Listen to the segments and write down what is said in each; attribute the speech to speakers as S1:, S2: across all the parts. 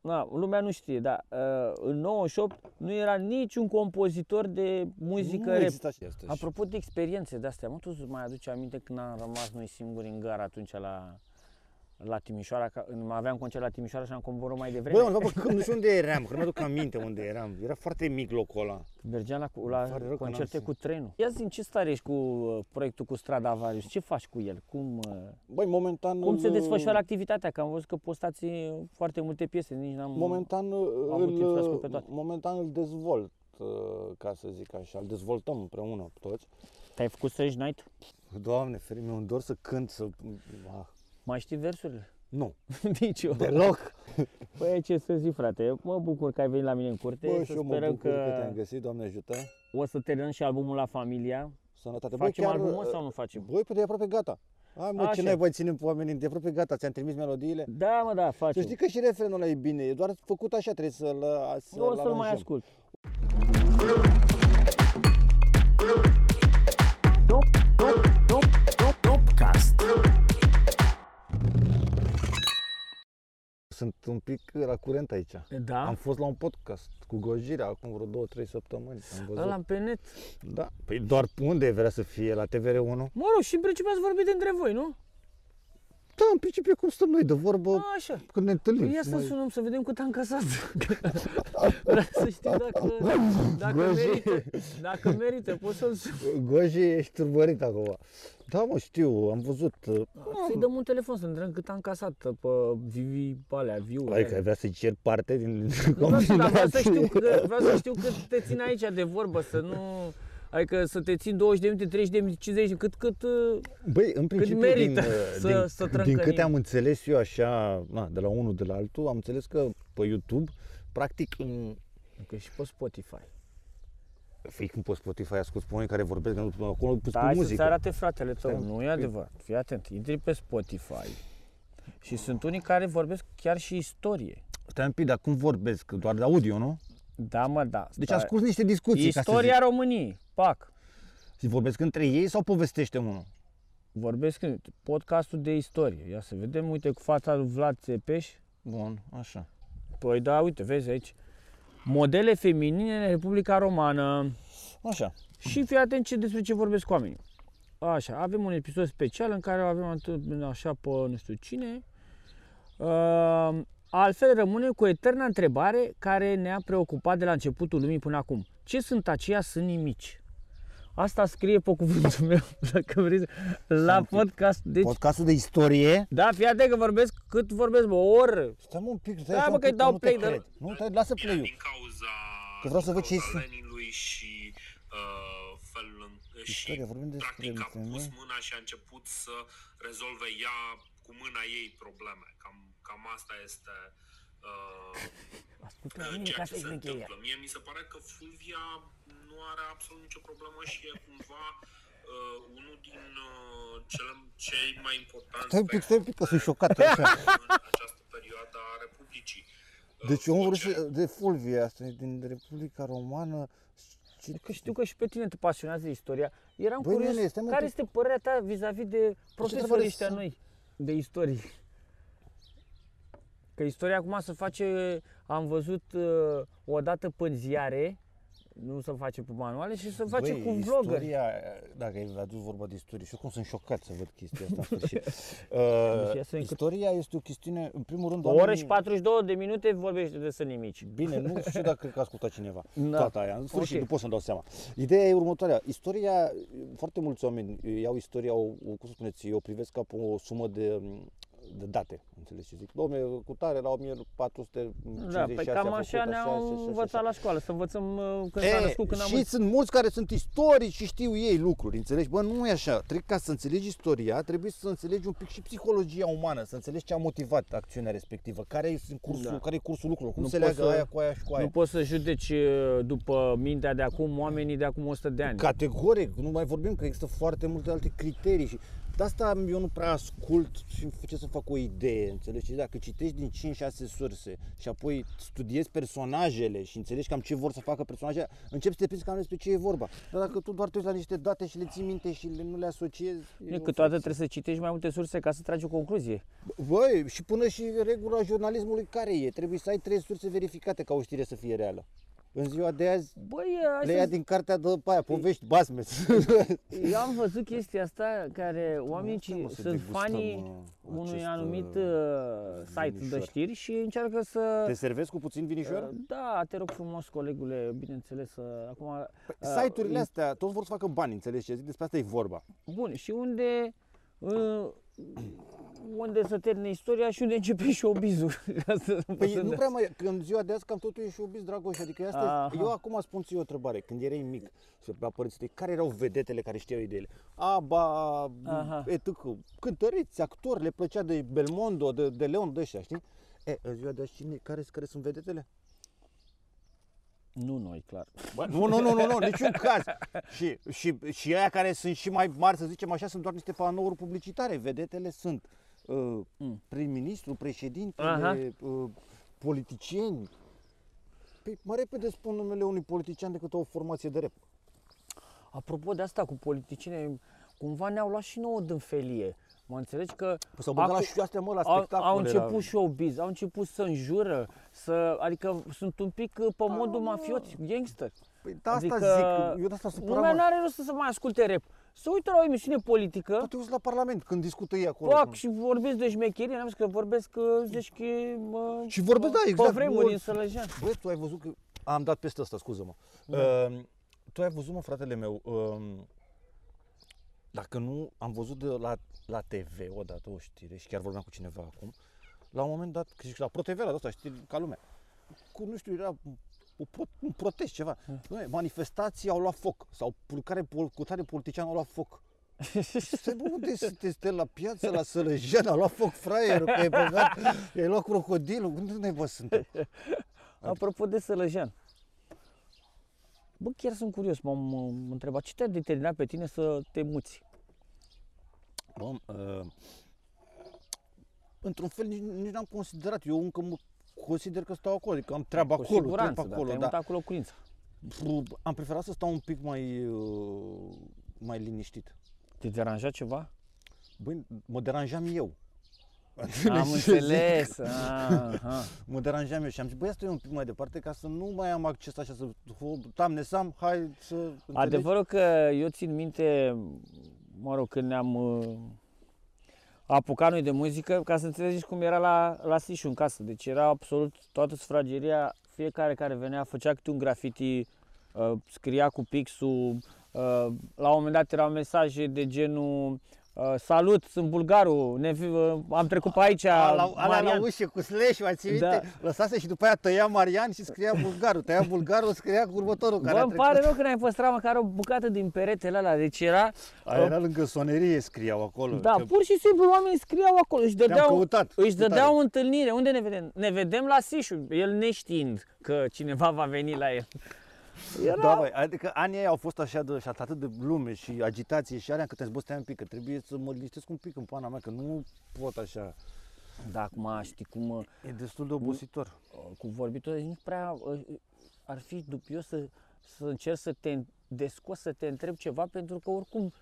S1: na, lumea nu știe, dar uh, în 98 nu era niciun compozitor de muzică
S2: nu
S1: rap.
S2: exista și asta. și-
S1: Apropo de experiențe de astea, mă, tu îți mai aduce aminte când am rămas noi singuri în gara atunci la, la Timișoara, că în- aveam concert la Timișoara și am coborât mai devreme.
S2: Bă, mă, bă, că nu știu unde eram, că nu mi-aduc aminte unde eram. Era foarte mic locul ăla.
S1: Mergeam la, cu-
S2: Îmi
S1: la
S2: pare rău că n-am
S1: concerte
S2: să-
S1: cu trenul. Ia zi, în ce stare ești cu uh, proiectul cu Strada Avarius? Ce faci cu el? Cum, uh,
S3: Băi, momentan...
S1: cum se
S3: îl-
S1: desfășoară activitatea? Că am văzut că postați foarte multe piese, nici n-am...
S3: Momentan
S1: Am avut
S3: îl,
S1: inflascuri pe toate.
S3: momentan îl dezvolt, uh, ca să zic așa, îl dezvoltăm împreună toți.
S1: Te-ai făcut Strange Night?
S2: Doamne, ferim, mi-e un dor să cânt, să... Ah,
S1: Mai știi versurile?
S2: nu,
S1: Nici
S2: Da.
S1: eu.
S2: deloc.
S1: Păi ce să zic, frate, mă bucur că ai venit la mine în curte.
S3: Bă,
S1: să
S3: și eu mă
S1: sperăm
S3: bucur că...
S1: că
S3: te-am găsit, Doamne ajută.
S1: o să terminăm și albumul la familia.
S3: Sănătate.
S1: Facem
S3: Băi, chiar,
S1: albumul
S3: uh,
S1: sau nu facem?
S3: Băi, pe de aproape gata. Hai mă,
S1: Așa.
S3: ce ne voi ținem pe oamenii, de aproape gata, ți-am trimis melodiile.
S1: Da, mă, da,
S3: Să
S1: facem.
S3: știi că și refrenul ăla e bine, e doar făcut așa, trebuie să-l să
S1: eu o să-l mai ascult.
S3: Sunt un pic la curent aici.
S1: Da?
S3: Am fost la un podcast cu Gojira acum vreo 2 trei săptămâni, am văzut.
S1: Ăla pe net.
S3: Da. Păi doar unde vrea să fie, la TVR1?
S1: Mă rog, și în principiu ați vorbit între voi, nu?
S3: Da, în principiu cum stăm noi de vorbă
S1: A, așa.
S3: când ne întâlnim.
S1: Păi Ah, ia să
S3: Mai-
S1: sunăm să vedem cât am casat. Vreau să știu dacă, dacă merită. Dacă merită, poți să-l sun.
S3: Goji, ești turbărit acum. Da, mă, știu, am văzut.
S1: Să-i dăm un telefon să întrebăm cât am casat pe Vivi, pe alea, view
S3: Adică ai vrea să-i cer parte din
S1: Nu vreau, să, dar vreau să știu,
S3: combinație.
S1: că, vreau să știu cât te țin aici de vorbă, să nu... Adică să te țin 20 de minute, 30 de minute, 50 de minute, cât, cât... uh,
S3: Băi, în principiu,
S1: merită
S3: din,
S1: să-
S3: din,
S1: să
S3: din
S1: trâncănim.
S3: câte am înțeles eu așa, na, de la unul, de la altul, am înțeles că pe YouTube, practic, în-
S1: Că și pe Spotify.
S3: fii cum pe Spotify ascult pe oameni care vorbesc, că nu acolo pus
S1: Da,
S3: pe
S1: hai să-ți
S3: muzică.
S1: arate fratele tău,
S3: Stai,
S1: nu e adevărat. Fii atent, intri pe Spotify și sunt unii care vorbesc chiar și istorie.
S3: Stai un pic, dar cum vorbesc? Doar de audio, nu?
S1: Da, mă, da.
S3: Deci
S1: stai.
S3: ascult niște discuții, ca
S1: Istoria
S3: să
S1: României, pac.
S3: zic. Și Vorbesc între ei sau povestește unul?
S1: Vorbesc în podcastul de istorie. Ia să vedem, uite, cu fața lui Vlad Țepeș.
S3: Bun, așa.
S1: Păi da, uite, vezi aici. Modele feminine în Republica Romană.
S3: Așa.
S1: Și fii atent ce, despre ce vorbesc cu oamenii. Așa, avem un episod special în care o avem atât- așa pe nu știu cine. Uh, altfel rămâne cu eterna întrebare care ne-a preocupat de la începutul lumii până acum. Ce sunt aceia sânimici? Asta scrie pe cuvântul meu, dacă vrei, să- la podcast. Deci,
S3: Podcastul de istorie.
S1: da, fii atent că vorbesc cât vorbesc, bă, o oră.
S3: Stai mă un pic, stai
S1: Da,
S3: așa
S1: bă,
S3: un
S1: că-i
S3: pic,
S1: dau
S3: nu te
S1: play, dar-
S3: cred. Nu, stai, lasă play-ul.
S4: din cauza,
S3: Că vreau să
S4: din
S3: văd ce
S4: cauza
S3: este.
S4: Leninului și uh, felul în,
S3: Istoria, vorbim despre
S4: practic a
S3: Lenin,
S4: pus
S3: nu?
S4: mâna și a început să rezolve ea cu mâna ei probleme. Cam, cam asta este uh,
S1: Ascultă
S4: ceea
S1: mine ca
S4: ce
S1: să-i
S4: se
S1: încheia.
S4: întâmplă. Mie mi se pare că Fulvia nu are absolut nicio problemă și e cumva uh, unul din uh, cele, cei mai importanti
S3: Stai un pic, stai un pic, că sunt
S4: personaje
S3: șocat așa.
S4: în această perioadă a Republicii. Uh,
S3: Deci omul
S4: orice-
S3: rus- de Fulvia, asta e din Republica Romană. Ce-
S1: Păi Că știu că și pe tine te pasionează istoria. Eram
S3: Băi,
S1: curios,
S3: nene, stai mă Păi,
S1: care
S3: un
S1: este părerea ta vis-a-vis de
S3: întrebare
S1: profesorii ăștia
S3: sunt?
S1: noi de istorie? Că istoria acum se face, am văzut uh, odată pe ziare, nu se face pe manuale și se face
S3: Băi,
S1: cu vloggeri.
S3: Istoria, dacă ai adus vorba de istorie, și eu cum sunt șocat să văd chestia asta în sfârșit.
S1: Deci ia să
S3: uh,
S1: încurc-
S3: istoria este o chestiune, în primul rând,
S1: O oră
S3: oamenii-
S1: și 42 de minute vorbește de sănimici.
S3: Bine, nu știu dacă cred că a ascultat cineva
S1: Da.
S3: da. toată aia. În sfârșit,
S1: Ok.
S3: okay. nu pot să-mi dau seama. Ideea e următoarea. Istoria, foarte mulți oameni uh, iau istoria, o, o- cum să spuneți, eu o privesc ca pe o sumă de, um, de date, înțelegi ce zic. Domne, cu tare la 1456
S1: Da, păi cam
S3: a
S1: așa
S3: făcut, așa, așa,
S1: ne-au
S3: așa,
S1: învățat
S3: așa.
S1: la școală, să învățăm uh, când
S3: E,
S1: s-a născut, când am
S3: și sunt mulți care sunt istorici și știu ei lucruri, înțelegi? Bă, nu e așa. Trebuie ca să înțelegi istoria, trebuie să înțelegi un pic și psihologia umană, să înțelegi ce a motivat acțiunea respectivă, care e cursul,
S1: Da.
S3: care e cursul lucrurilor, cum
S1: Nu
S3: se
S1: poți
S3: leagă
S1: să-
S3: aia cu aia și cu aia.
S1: Nu poți să judeci uh, după mintea de acum oamenii de acum 100 de ani.
S3: Categoric, nu mai vorbim că există foarte multe alte criterii și De asta eu nu prea ascult și îmi face să fac o idee, înțelegi? Și Dacă citești din 5-6 surse și apoi studiezi personajele și înțelegi cam ce vor să facă personajele, începi să te prinzi cam despre ce e vorba. Dar dacă tu doar te uiți la niște date și le ții minte și le, nu le asociezi... e
S1: Nu,
S3: o
S1: Câteodată trebuie să citești mai multe surse ca să tragi o concluzie.
S3: Băi, și până și regula jurnalismului care e? Trebuie să ai trei surse verificate ca o știre să fie reală. În ziua de azi
S1: Băi,
S3: le ia din cartea de pe aia, povești, basme.
S1: Eu am văzut chestia asta care oamenii
S3: asta, mă,
S1: ci-
S3: se
S1: sunt
S3: degustă,
S1: fanii
S3: mă,
S1: unui
S3: acest,
S1: anumit
S3: uh,
S1: uh, site de
S3: vinișor.
S1: știri și încearcă să... Uh,
S3: Te servesc cu puțin vinișor?
S1: Da, te rog frumos, colegule, bineînțeles, să- acum... uh,
S3: Păi, Site-urile astea, toți vor să facă bani, înțelegi ce zic? Despre asta e vorba.
S1: Bun, și unde... uh, unde să termine istoria și unde începe și obizul. Ca să pot
S3: Păi
S1: să-
S3: nu prea mai, că în ziua de azi cam totul e și obis, Dragoș, adică e asta
S1: Aha.
S3: e, eu acum spun ție o întrebare, când erai mic, și la părinții tăi, care erau vedetele care știau ideile? Aba,
S1: Aha.
S3: etc. cântăreți, actori, le plăcea de Belmondo, de, de Leon, de ăștia, știi? E, în ziua de azi, cine, care, care sunt vedetele?
S1: Nu noi, clar.
S3: Bă, nu, nu, nu, nu, nu, niciun caz. Și, și, și aia care sunt și mai mari, să zicem așa, sunt doar niște panouri publicitare. Vedetele sunt uh, prim-ministru,
S1: Mm. Aha.
S3: președintele, uh, politicieni. Păi, mai repede spun numele unui politician decât o formație de Păi rep.
S1: Apropo de asta cu politicienii, cumva ne-au luat și nouă din felie. Mă înțelegi că
S3: Păi s-au băgat la
S1: acu-
S3: și astea, mă, la
S1: au,
S3: spectacole.
S1: au început
S3: la...
S1: showbiz, au început să înjură, să, adică sunt un pic uh, pe modul mafioți, gangster.
S3: Păi, da, asta
S1: adică,
S3: zic, eu de asta supăram,
S1: Lumea
S3: mă.
S1: n-are rost să se mai asculte rep. Să uită la o emisiune politică,
S3: Poate uiți la Parlament când discută ei acolo.
S1: fac și vorbesc de șmecherie, n-am zis că vorbesc, uh, zici că... Mă,
S3: Și vorbesc, da,
S1: Pe
S3: exact,
S1: vremuri
S3: mult.
S1: în Sălăjean.
S3: Băi, tu ai văzut că... Am dat peste asta, scuză-mă. Uh, tu ai văzut, mă, fratele meu, uh, dacă nu, am văzut de la, la TV odată o știre și chiar vorbeam cu cineva acum, la un moment dat, că și la ProTV, la asta știri ca lumea, cu, nu știu, era o pro, un protest, ceva. Băi, manifestații au luat foc sau pul- care, pol- cu tare politician au luat foc. Stai, bă, unde sunteți? la piață, la Sălăjean, a luat foc fraierul, că ai băgat, ai luat crocodilul, unde ne vă suntem? Adică-
S1: Apropo de Sălăjean. Bă, chiar sunt curios, m-am uh, întrebat, ce te-a determinat pe tine să te muți?
S3: Om, uh, într-un fel nici, nici n-am considerat. Eu încă mă consider că stau acolo, adică am treaba
S1: Cu
S3: acolo,
S1: siguranță,
S3: treaba acolo.
S1: da,
S3: Da.
S1: te-ai mutat acolo cu Curința.
S3: Pf, Am preferat să stau un pic mai, uh, mai liniștit.
S1: Te deranja ceva?
S3: Băi, mă deranjam eu.
S1: Am
S3: Înțelegi ce
S1: înțeles. Aha.
S3: zic? Mă deranjam eu și am zis, băi, asta e un pic mai departe ca să nu mai am acces așa să... Tam nesam, hai să... Înțelegi?
S1: Adevărul că eu țin minte, mă rog, când ne-am uh, apucat noi de muzică, ca să înțelegeți cum era la, la Sișu în casă. Deci era absolut toată sfrageria, fiecare care venea făcea câte un graffiti, uh, scria cu pixul, uh, la un moment dat erau mesaje de genul uh, Salut, sunt bulgarul, ne, vi- uh, am trecut pe aici,
S3: A, la, ala la
S1: Marian."
S3: ușă cu slash, mai ții minte?
S1: Da.
S3: Lăsase și după aia tăia Marian și scria bulgarul. Tăia bulgarul, scria cu următorul care
S1: Bă,
S3: a
S1: îmi
S3: trecut.
S1: pare rău că n-ai păstrat măcar o bucată din peretele ăla, deci era...
S3: A, era lângă sonerie, scriau acolo.
S1: Da,
S3: că
S1: pur și simplu oamenii scriau acolo, își dădeau,
S3: căutat,
S1: își
S3: cu tare.
S1: dădeau o întâlnire. Unde ne vedem? Ne vedem la Sișu, el neștiind că cineva va veni la el. Era...
S3: Da, băi, adică anii aia au fost așa de, și atât de lume și agitație și alea încât am zis, bă, stai un pic, că trebuie să mă liniștesc un pic în pana mea, că nu pot așa.
S1: da, acum știi cum uh,
S3: E destul de obositor.
S1: cu vorbitul ăla, nu prea uh, ar fi dubios să, să încerci să te descos, să te întreb ceva, pentru că oricum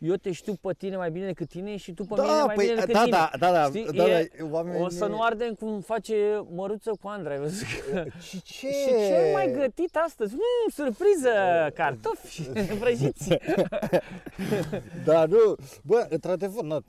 S1: eu te știu pe tine mai bine decât tine și tu pe
S3: Da,
S1: mine mai
S3: păi,
S1: bine decât
S3: da,
S1: tine.
S3: da, da, da,
S1: Știi?
S3: da, da,
S1: E-
S3: oamenii-
S1: O să nu ardem cum face măruță cu Andra, ai văzut că...
S3: Și ce?
S1: Și ce ai mai gătit astăzi? Mm, surpriză!
S3: Oh.
S1: Cartofi prăjiți!
S3: Da, nu, bă, într-adevăr, na,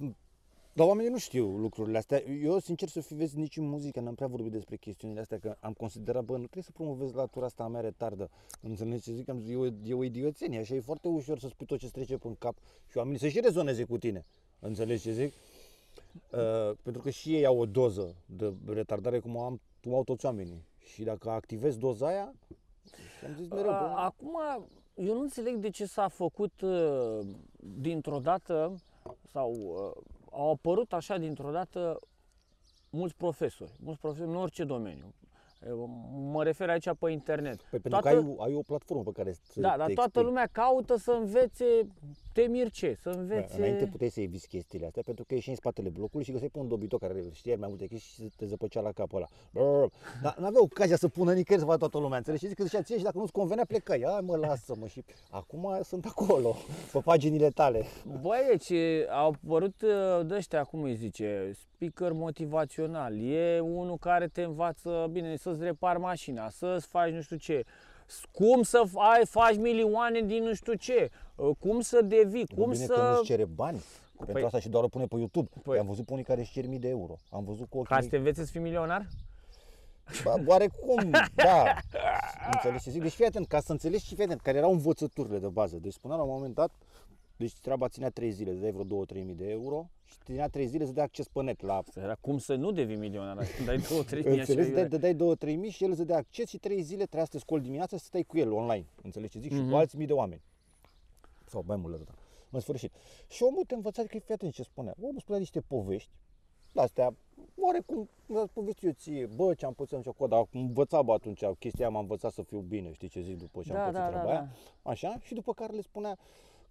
S3: dar oamenii nu știu lucrurile astea. Eu, sincer să fiu, vezi, nici în muzică n-am prea vorbit despre chestiunile astea, că am considerat, bă, nu trebuie să promovez latura asta a mea retardă. Înțelegi ce zic? Am zis, e o, e o idioțenie, așa e foarte ușor să spui tot ce trece prin cap și oamenii să și rezoneze cu tine. Înțelegi ce zic? Uh, pentru că și ei au o doză de retardare cum am, cum au toți oamenii. Și dacă activezi doza aia, am zis mereu,
S1: A-
S3: bă,
S1: Acum, eu nu înțeleg de ce s-a făcut uh, dintr-o dată, sau uh, au apărut așa dintr-o dată mulți profesori, mulți profesori în orice domeniu. Eu Mă refer aici pe internet.
S3: Păi pentru că ai, ai o platformă pe care să
S1: da, dar
S3: te
S1: toată
S3: expui.
S1: lumea caută să învețe Temir ce? Să învețe...
S3: Da, înainte puteai să eviți chestiile astea pentru că ieși în spatele blocului și găseai pe un dobitoc care știa mai multe chestii și te zăpăcea la capul ăla. Brr. Dar nu avea ocazia să pună nicăieri să vadă toată lumea, înțelegi? Și Că zicea ție și dacă nu-ți convenea plecai, hai mă, lasă-mă și acum sunt acolo, pe paginile tale.
S1: Băi, deci e, au apărut uh, de ăștia, cum îi zice, speaker motivațional. E unul care te învață, bine, să-ți repari mașina, să-ți faci nu știu ce, s- cum să f- ai, faci milioane din nu știu ce, uh, cum să devii, cum
S3: Cum bine că
S1: să...
S3: nu-ți cere bani pentru
S1: Păi-
S3: asta și doar o pune pe YouTube.
S1: Păi-
S3: Păi... Am văzut pe unii care își cer mii de euro. Am văzut cu ochii
S1: Ca să
S3: mei.
S1: te înveți să fii milionar?
S3: Ba, oarecum, da. Înțelegi ce zic? Deci fii atent, ca să înțelegi și fii atent, care erau învățăturile de bază. Deci spunea la un moment dat, deci treaba ținea 3 zile, îți dai vreo 2-3 mii de euro și ținea 3 zile să dai acces pe net la...
S1: Era cum să nu devii milionar, dacă îmi dai două, trei mii așa.
S3: Înțelegi,
S1: iurea.
S3: dai, dai 2-3 mii și el îți dea acces și 3 zile trebuia să te scoli dimineața să stai cu el online. Înțelegi ce zic?
S1: Mhm.
S3: Și cu alți mii de oameni. Sau mai mult de atât. În sfârșit. Și omul te învăța, că fii atent ce spunea. Omul spunea niște povești astea, oarecum, mi-ați povestit eu ție, bă, ce am pățit am făcut, dar învățam bă, atunci, chestia aia m-a învățat să fiu bine, știi ce zic, după ce
S1: Da,
S3: am pățit
S1: da,
S3: treaba
S1: da,
S3: aia. Așa, și după care le spunea,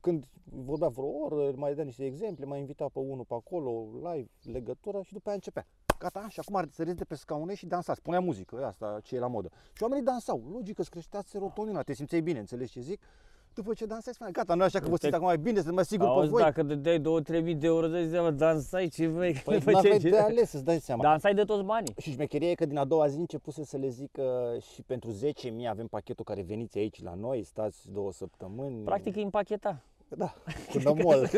S3: când vorbea vreo oră, mai dea niște exemple, mai invita pe unul pe acolo, live, legătură și după aia începea. Gata, și acum ar să de pe scaune și dansa. Spunea muzică, asta ce e la modă. Și oamenii dansau. Logic, îți creștea serotonina, te simțeai bine, înțelegi ce zic? După ce dansai, spunea, gata, nu așa că vă
S1: Te-
S3: simt acum mai bine, sunt mai sigur pe
S1: Auzi, da,
S3: voi.
S1: dacă dădeai două, trei mii de euro, dai seama, dansai ce vrei, că
S3: Păi
S1: nu făceai
S3: n-aveai
S1: ce- Da.
S3: de ales, îți dai seama.
S1: Dansai de toți banii.
S3: Și șmecheria e că din a doua zi începuse să le zică și pentru 10.000 avem pachetul care veniți aici la noi, stați două săptămâni.
S1: Practic îi împacheta.
S3: Da, cu nămol.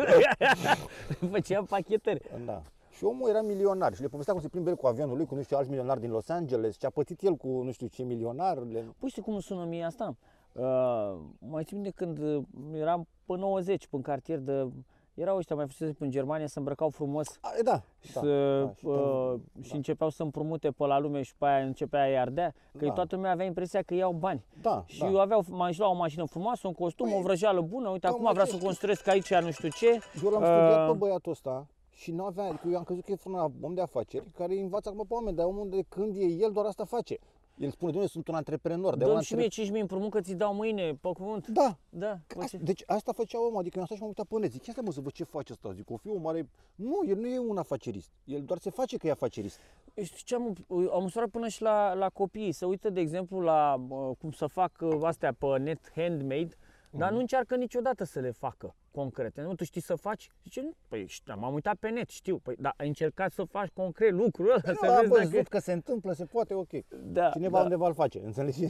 S1: Făceam pachetări.
S3: da. Și omul era milionar și le povestea cum se plimbă el cu avionul lui cu nu știu alți milionari din Los Angeles ce a pătit el cu nu știu ce milionar. Le...
S1: Pui Păi știi cum îmi sună mie asta? Uh, mai țin minte când uh, eram pe 90 pe în cartier de... Erau ăștia mai frumoși în Germania, se îmbrăcau frumos
S3: A, da,
S1: da,
S3: da,
S1: să,
S3: da, și,
S1: și, uh,
S3: uh,
S1: și începeau să împrumute pe la lume și pe aia începea aia ardea, că
S3: Da.
S1: toată lumea avea impresia că iau bani.
S3: da,
S1: Și
S3: da. Păi
S1: eu aveau, m-aș lua o mașină frumoasă, un costum, o vrăjeală bună, uite,
S3: cam
S1: acum vreau să
S3: acești-
S1: construiesc aici nu știu ce.
S3: Eu l-am studiat
S1: Uh,
S3: pe băiatul ăsta și nu avea, adică eu am crezut că e un om de afaceri care îi învață acum pe oameni, dar omul de când e el doar asta face. El spune, domnule, sunt un antreprenor. de
S1: Dă-mi
S3: un
S1: și mie 5.000 împrumut că ți dau mâine, pe cuvânt.
S3: Da,
S1: Da,
S3: Că asta-
S1: face.
S3: Deci asta făcea omul, adică eu am stat și m-am uitat pe net, zic, ia stai, mă să văd ce face asta, zic, o fi o mare... Nu, el nu e un afacerist, el doar se face că e afacerist.
S1: Eu știu ce am, am măsurat până și la, la copii. Se uită, de exemplu, la uh, cum să fac uh, astea pe net handmade,
S3: Mhm.
S1: dar nu încearcă niciodată să le facă concrete. Nu, tu știi să faci? Zice, nu, păi știu, m-am uitat pe net, știu. Păi, dar ai încercat să faci concret lucrul ăla, să
S3: Nu, a
S1: vezi
S3: văzut
S1: dacă...
S3: că se întâmplă, se poate, ok.
S1: Da,
S3: Cineva
S1: da.
S3: undeva îl face, înțelegi?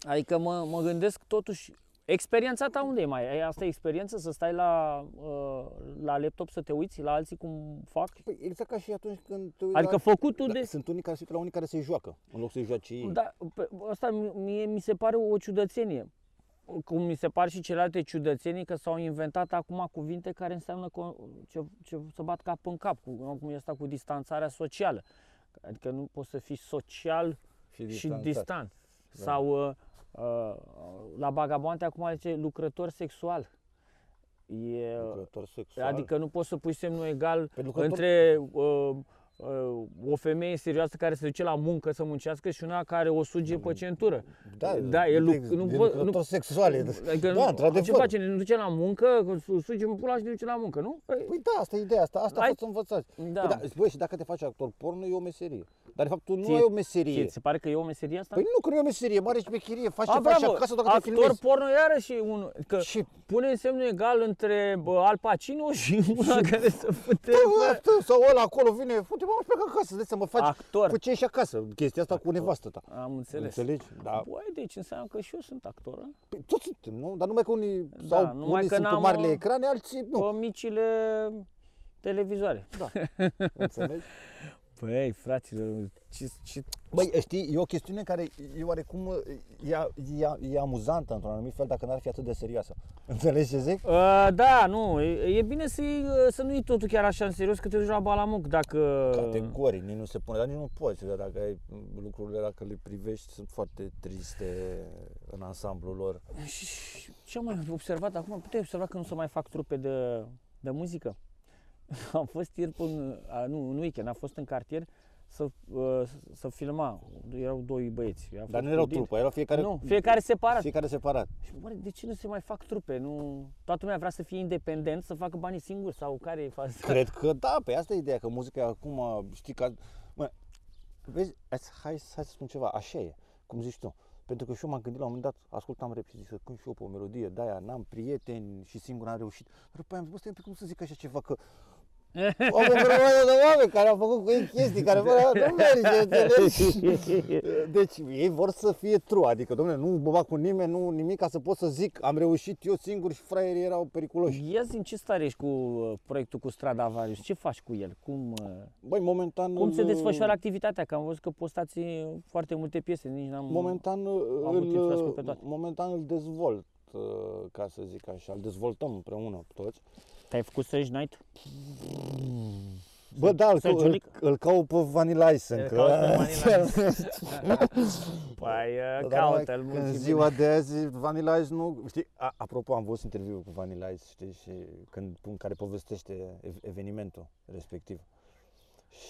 S1: Adică mă, mă gândesc totuși, experiența ta unde e mai? Ai- Asta e experiență să stai la, uh, la laptop să te uiți la alții cum fac?
S3: Păi exact ca și atunci când te uiți
S1: Adică
S3: la...
S1: făcutul
S3: da,
S1: de...
S3: Sunt unii care se uită la unii care se joacă, în loc să-i joace ei.
S1: Da, pe, asta mi- mie mi se pare o ciudățenie. Cum mi se par și celelalte ciudățenii că s-au inventat acum cuvinte care înseamnă co- ce, ce, să bat cap în cap, cu, cum e asta cu distanțarea socială. Adică nu poți să fii social
S3: Și
S1: și,
S3: distanțat. Da.
S1: distant. Sau uh, uh, la bagaboante acum zice lucrător sexual. E, uh,
S3: Lucrător sexual.
S1: Adică nu poți să pui semnul egal
S3: Pe lucrător-
S1: între uh, uh, o femeie serioasă care se duce la muncă să muncească și una care o suge pe centură.
S3: da,
S1: da, e luc-
S3: de-
S1: nu
S3: de
S1: po- nu-
S3: lucrător sexual. e-
S1: Adică
S3: da,
S1: Ce
S3: într-adevăr.
S1: face? Ne duce la muncă, că su- suge în pula și ne duce la muncă, nu?
S3: Păi da, asta e ideea, asta, asta a
S1: Ai-
S3: fost învățat.
S1: Da.
S3: Păi, da, băi, și dacă te faci actor porno, e o meserie. Dar de fapt tu nu
S1: Ție-
S3: ai o meserie.
S1: Ție, ți se pare că e o meserie asta?
S3: Păi nu, că nu e o meserie, mare șmecherie, faci ce
S1: A,
S3: faci
S1: bravo,
S3: acasă dacă te
S1: actor
S3: filmezi.
S1: porno iarăși e unul, că
S3: Și-
S1: pune semnul egal între bă, Al Pacino și una care să fute...
S3: Păi, Bă, stă, Exact. Sau ăla acolo vine, fute, mă, pleacă acasă, de mă faci
S1: Actor.
S3: cu ce ești acasă, chestia asta cu nevastă ta.
S1: Am înțeles.
S3: Înțelegi? Da.
S1: Băi, deci înseamnă că și eu sunt actor, a?
S3: Păi, toți suntem, nu? Dar numai că unii,
S1: Da,
S3: sau
S1: numai
S3: unii
S1: că
S3: sunt pe
S1: n-am,
S3: marile
S1: uh,
S3: ecrane, alții nu. Da.
S1: pe micile televizoare.
S3: Înțelegi?
S1: Păi, fraților, ce, ce...
S3: Băi, știi, e o chestiune care e oarecum uh, e, e, e amuzantă într-un anumit fel, dacă n-ar fi atât de serioasă. Înțelegi ce zic?
S1: Uh, da, nu, e, e bine să, să nu iei totul chiar așa în serios că te duci la Balamuc dacă...
S3: Categorii, nici nu se pune, dar nici nu poți, că dacă ai lucrurile dacă le privești, sunt foarte triste în ansamblul lor.
S1: Și- și- Ce am mai observat acum? Puteai observa că nu se mai fac trupe de, de muzică? Am fost ieri, până, a, nu, în weekend, am fost în cartier să, uh, să filma. Erau doi băieți. Eu am
S3: Dar
S1: fost
S3: nu erau
S1: cu Didi.
S3: trupă, erau fiecare,
S1: Nu, fiecare separat.
S3: fiecare separat.
S1: Și bă, Păi, de ce nu se mai fac trupe? Nu... Toată lumea vrea să fie independent, să facă banii singur sau care e faza?
S3: Cred că da, pe asta e ideea, că muzica acum, știi că... Mă, vezi, hai, să- hai, să- hai să spun ceva, așa e, cum zici tu. Pentru că și eu m-am gândit la un moment dat, ascultam rap și zic să cânt și eu pe o melodie de aia, n-am prieteni și singur am reușit. Dar după aia am zis, bă, stai un pic, cum să zic așa ceva, că au venit vreo oameni de oameni care au făcut cu ei chestii care bă, nu merge, înțelegi? Deci ei vor să fie true, adică, domnule, nu mă bag cu nimeni, nu nimic, ca să pot să zic, am reușit eu singur și fraierii erau periculoși.
S1: Ia zi, în ce stare ești cu uh, proiectul cu Strada Avarius? Ce faci cu el? Cum, uh,
S3: Băi, momentan...
S1: cum se
S3: îl-
S1: desfășoară activitatea? Că am văzut că postați uh, foarte multe piese, nici n-am...
S3: Momentan uh,
S1: Am avut timp să le ascult pe
S3: îl,
S1: toate.
S3: momentan îl dezvolt, uh, ca să zic așa, îl dezvoltăm împreună toți.
S1: Te-ai făcut Surge Night?
S3: Bă, da, îl,
S1: Sergiu
S3: îl,
S1: Lică?
S3: îl caut pe Vanilla Ice încă.
S1: Păi, uh,
S3: Dar numai
S1: caută-l,
S3: că În
S1: mulțumim.
S3: ziua de azi, Vanilla Ice nu... Știi, a, apropo, am văzut interviul cu Vanilla Ice, știi, și când, în care povestește ev- evenimentul respectiv.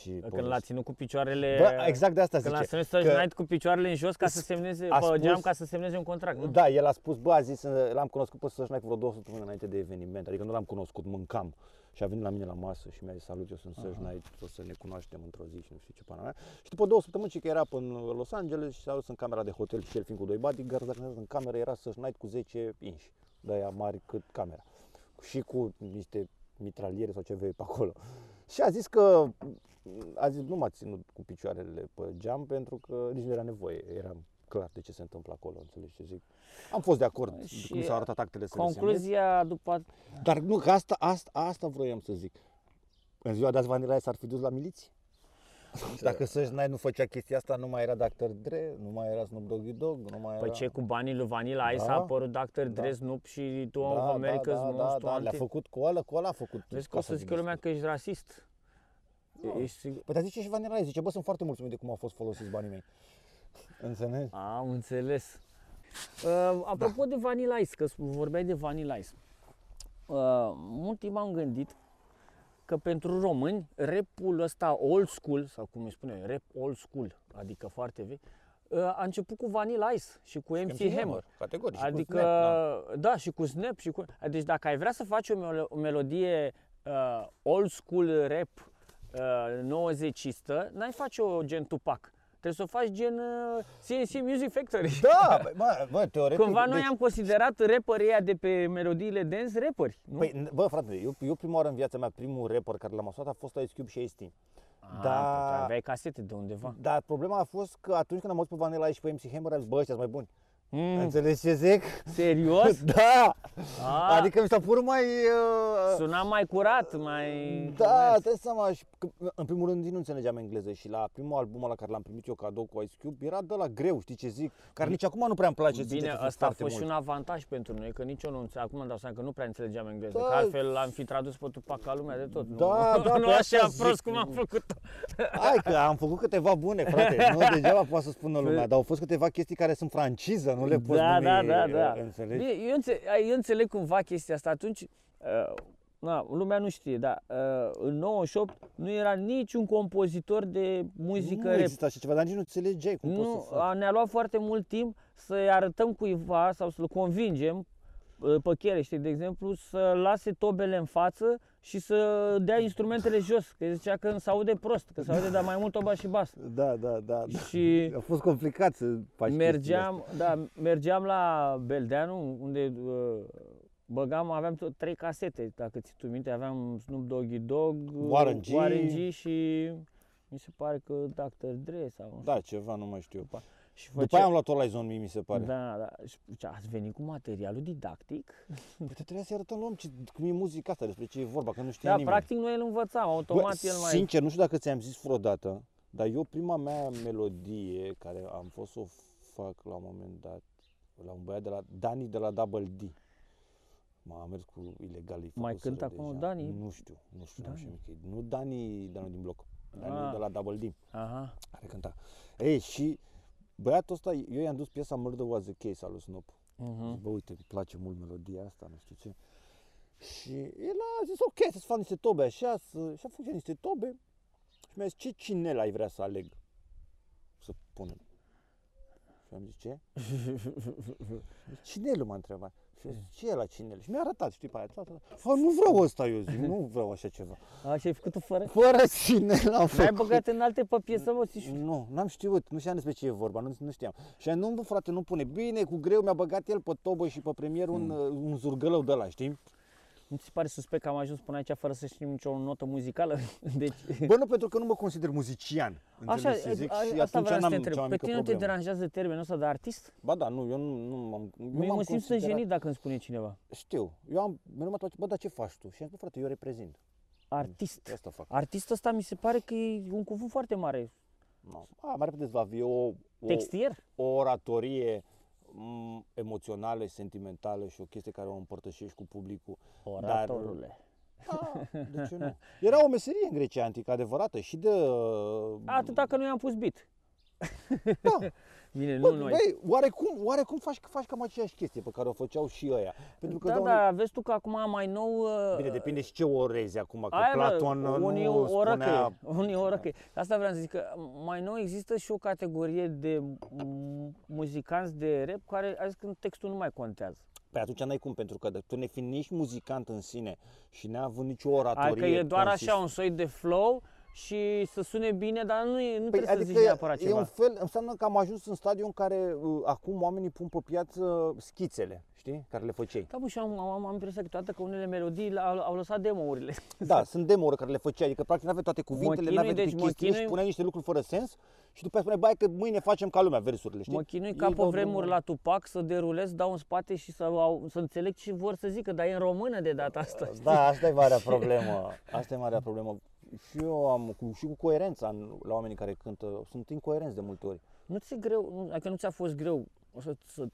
S3: Și
S1: Când l-a ținut cu pioarele...
S3: Bă, exact de asta
S1: Când l-a
S3: zice.
S1: ținut Surge
S3: că-
S1: Night cu picioarele în jos ca să semneze,
S3: a
S1: pe geam
S3: spus-
S1: ca să semneze un contract, nu?
S3: Da, el a spus, bă, a zis, uh, l-am cunoscut pe Sășnac vreo 200 luni înainte de eveniment, adică nu l-am cunoscut, mâncam. Și a venit la mine la masă și mi-a zis, salut, eu sunt Sășnac, o să ne cunoaștem într-o zi și nu știu ce pana mea. Și după două săptămâni, și că era până în Los Angeles și s-a dus în camera de hotel și el fiind cu doi bodyguards, dacă ne uităm în cameră era Sășnac cu 10 inși, de aia mari cât camera. Și cu niște mitraliere sau ce vei pe acolo. Și a zis că a zis, nu m-a ținut cu picioarele pe geam pentru că nici nu era nevoie, eram clar de ce se întâmplă acolo, înțelegi ce zic. Am fost de acord
S1: Și
S3: și cum s-au arătat actele să Concluzii...
S1: Concluzia după...
S3: Dar nu, că asta, asta, asta vroiam să zic. În ziua de azi Vanilla Ice s-ar fi dus la miliție? Dacă să n nu făcea chestia asta, nu mai era Dr. Dre, nu mai era Snoop Doggy Dogg, nu mai era...
S1: Păi ce cu banii lui Vanilla Ice
S3: Da.
S1: a apărut Dr. Dre, Snoop și tu da, America's da, Most
S3: da, le-a
S1: Wanted.
S3: făcut cu ăla, cu ăla a făcut.
S1: Vezi că
S3: ca
S1: o să zică
S3: zic
S1: lumea că ești rasist. Ești sigur?
S3: Păi dar zice și Vanilla Ice, zice, bă, sunt foarte mulțumit de cum au fost folosiți banii mei. Înțelegi?
S1: Am înțeles. Uh, apropo
S3: Da.
S1: de Vanilla Ice, că vorbeai de Vanilla Ice. Uh, mult timp am gândit că pentru români repul ăsta old school, sau cum îi spune, rap old school, adică foarte vechi, uh, a început cu Vanilla Ice și cu MC,
S3: MC
S1: Hammer.
S3: Hammer, categoric, și cu
S1: Adică,
S3: Snap,
S1: da. și cu Snap și cu... Deci dacă ai vrea să faci o, melo- o melodie uh, old school rap uh, 90-istă, n-ai face-o gen Tupac. Trebuie să o faci gen uh, CNC Music Factory.
S3: Da, bă, mă, bă, teoretic. deci,
S1: Cumva noi am considerat rapperii ăia de pe melodiile dance rapperi, nu?
S3: Păi, n- bă, frate, eu, eu prima oară în viața mea, primul rapper care l-am ascultat a fost Ice Cube și Ice-T.
S1: Ah,
S3: da.
S1: păi tu aveai casete de undeva.
S3: Dar problema a fost că atunci când am auzit pe Vanilla Ice și pe MC Hammer, am zis, bă, ăștia sunt mai buni. Mm. Înțelegi ce zic?
S1: Serios?
S3: Da!
S1: Ah, adică...
S3: Adică mi s-a părut mai... Uh,
S1: Suna mai curat, mai...
S3: da, dai seama, și, că, în primul rând nici nu înțelegeam engleză și la primul album la care l-am primit eu cadou cu Ice Cube era de la greu, știi ce zic? Care nici acum nu prea îmi place ție,
S1: Bine,
S3: te
S1: asta a
S3: foarte
S1: fost și un
S3: mult.
S1: avantaj pentru noi, că nici eu nu înțeleg, acum îmi dau seama că nu prea înțelegeam engleză,
S3: Da.
S1: că altfel am fi tradus pe Tupac ca lumea de tot.
S3: Da,
S1: nu,
S3: da,
S1: nu
S3: pe
S1: așa
S3: asta zic.
S1: prost cum am făcut-o.
S3: Hai că am făcut câteva bune, frate. Nu degeaba poate să spună lumea, dar au fost câteva chestii care sunt franciză, nu le poți
S1: da,
S3: numi, eh,
S1: da, da, da.
S3: Înțelegi?
S1: Bine, eu, înțe- ai- eu înțeleg cumva chestia asta. Atunci, uh, na, lumea nu știe, dar uh, în 98 nu era niciun compozitor de muzică
S3: nu
S1: rap.
S3: există așa ceva, dar nici nu înțelegeai cum poți
S1: Nu,
S3: să faci.
S1: a- ne-a luat foarte mult timp să-i arătăm cuiva sau să-l convingem uh, pe Chere, știi, de exemplu, să lase tobele în față și să dea instrumentele jos, că zicea că se aude prost, că se aude, dar mai mult toba și bas.
S3: Da, da, da. da.
S1: Și
S3: A fost complicat să faci chestiile astea.
S1: mergeam, da, mergeam la Beldeanu, unde uh, băgam, aveam tot, trei casete, dacă ți tu minte, aveam Snoop Doggy Dogg, uh,
S3: Warren G.
S1: Warren G și mi se pare că Dr. Dre sau nu știu.
S3: Da, ceva, nu mai știu.
S1: Și
S3: După aia am luat-o la Izon mi se pare. Da.
S1: Da, da. Și zicea, ați venit cu materialul didactic?
S3: Păi te trebuia să-i arătăm lui om ce, cum e muzica asta, despre ce e vorba, că nu știe
S1: da,
S3: nimeni.
S1: practic noi îl învățam, automat el mai...
S3: Sincer, nu știu dacă ți-am zis vreodată, dar eu prima mea melodie care am fost să o fac la un moment dat, la un băiat de la Dani de la Double D. M-a mers cu ilegal îi
S1: Mai
S3: făcuseră
S1: cântă acum
S3: deja.
S1: Dani?
S3: Nu știu, nu știu, Dani. nu știu. Nu Dani, Dani din bloc. Dani
S1: Ah.
S3: de la Double D.
S1: Aha.
S3: Are cânta. Ei, și băiatul ăsta, eu i-am dus piesa Murder Was The Case a lui Snoop. Uh-huh. Zic, bă, uite, îmi place mult melodia asta, nu știu ce. Și el a zis, ok, să-ți fac niște tobe așa, să... și a făcut niște tobe. Și mi-a zis, ce cinel ai vrea să aleg? Să punem. Și am zis, ce? Cinelul m-a întrebat. Și eu zic, ce e la cinel? Și mi-a arătat, știi, pe aia. toată. Fă, nu vreau asta, eu zic, nu vreau așa ceva.
S1: A, și ai făcut-o fără?
S3: Fără cinel am
S1: N-ai
S3: făcut.
S1: băgat în alte pe piesă, mă, și
S3: Nu, n-am știut, nu știam despre ce e vorba, nu, nu știam. Și am nu, bă, frate, nu pune. Bine, cu greu mi-a băgat el pe tobă și pe premier un,
S1: Hmm.
S3: uh, un zurgălău de la, știi?
S1: nu ți se pare suspect că am ajuns până aici fără să știm nicio notă muzicală? Deci,
S3: Bă, nu, pentru că nu mă consider muzician.
S1: așa,
S3: înțelegi ce zic,
S1: a-
S3: și
S1: asta
S3: atunci
S1: vreau să
S3: n-am
S1: te
S3: cea mai
S1: întreb. Pe
S3: mică
S1: tine nu te
S3: problemă.
S1: deranjează termenul ăsta de artist?
S3: Ba da, nu, eu nu, nu m-am nu
S1: Mie
S3: m-am
S1: mă simt
S3: considerat-
S1: stânjenit dacă îmi spune cineva.
S3: Știu, eu am, mereu m-a întrebat, bă, dar ce faci tu? Și am zis, bă, frate, eu reprezint. Păi
S1: Artist.
S3: Asta fac.
S1: Artist ăsta mi se pare că e un cuvânt foarte mare.
S3: No. A, mai repede va fi o, o,
S1: Textier?
S3: o oratorie m, emoțională și sentimentală și o chestie care o împărtășești cu publicul.
S1: Oratorule.
S3: Dar, da, de ce nu? Era o meserie în Grecia antică, adevărată, și de...
S1: Atât dacă nu i-am pus beat.
S3: Da.
S1: Bine,
S3: Bă,
S1: nu noi.
S3: băi, oarecum, oarecum faci, faci cam aceeași chestie pe care o făceau și ăia. Pentru că
S1: Da,
S3: dau-
S1: dar vezi tu că acum mai nou... uh,
S3: Bine, depinde și ce orezi acum, că
S1: Aia, bă,
S3: Platon uh,
S1: unii
S3: nu
S1: o
S3: spunea...
S1: răcăie, unii o răcăie. Asta vreau să zic că mai nou există și o categorie de m- muzicanți de rap care a zis că textul nu mai contează.
S3: Păi atunci n-ai cum, pentru că tu ne fi nici muzicant în sine și neavând nicio
S1: Adică
S3: oratorie...
S1: e doar
S3: consist-
S1: așa un soi de flow și să sune bine, dar nu, e, nu
S3: Păi,
S1: trebuie să
S3: adică
S1: zici neapărat
S3: e
S1: ceva.
S3: un fel, înseamnă că am ajuns în stadiul în care uh, acum oamenii pun pe piață schițele, știi, care le făceai.
S1: Da, bă, și am, am, am impresia că toate că unele melodii la- au, au lăsat demo-urile.
S3: Da, sunt demore care le făceai, adică practic nu aveai toate cuvintele,
S1: chinui,
S3: nu aveai deci
S1: deci mă
S3: chestii, își
S1: chinui-
S3: puneai niște lucruri fără sens și după aceea spuneai, bai că mâine facem ca lumea versurile, știi?
S1: Mă chinui
S3: Ei
S1: ca pe
S3: dau
S1: vremuri
S3: drumul.
S1: la Tupac să derulez, dau în spate și să, au, să înțeleg ce vor să zică, dar e în română de data asta.
S3: Da, asta e marea problemă, asta e marea problemă. Și eu am, cu, și cu coerența în, la oamenii care cântă, sunt incoerenți de multe ori.
S1: Nu ți-e greu, nu, adică nu ți-a fost greu o să, să